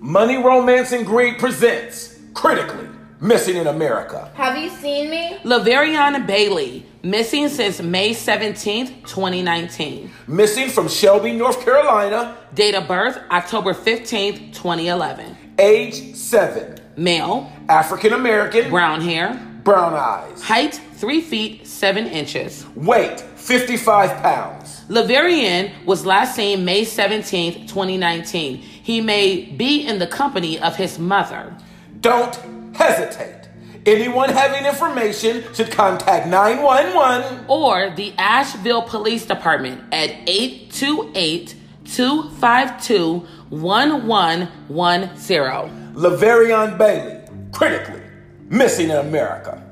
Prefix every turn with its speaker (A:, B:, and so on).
A: Money, Romance, and Greed presents Critically Missing in America.
B: Have you seen me?
C: Laveriana Bailey, missing since May 17th, 2019.
A: Missing from Shelby, North Carolina,
C: Date of birth October 15th, 2011.
A: age 7,
C: Male,
A: African American,
C: brown hair,
A: brown eyes,
C: height 3 feet 7 inches.
A: weight 55 pounds.
C: Laverian was last seen May 17th, 2019. He may be in the company of his mother.
A: Don't hesitate. Anyone having information should contact 911.
C: or the Asheville Police Department at 828 252 1110.
A: Laverion Bailey, Critically Missing in America.